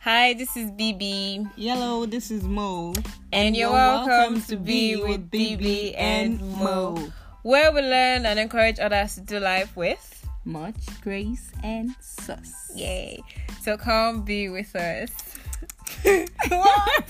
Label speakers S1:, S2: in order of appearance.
S1: Hi, this is BB,
S2: Yellow, this is Mo.
S1: and you're welcome, to be with BB and Mo, where we learn and encourage others to do life with.
S2: Much grace and sus.
S1: Yay! So come be with us. What?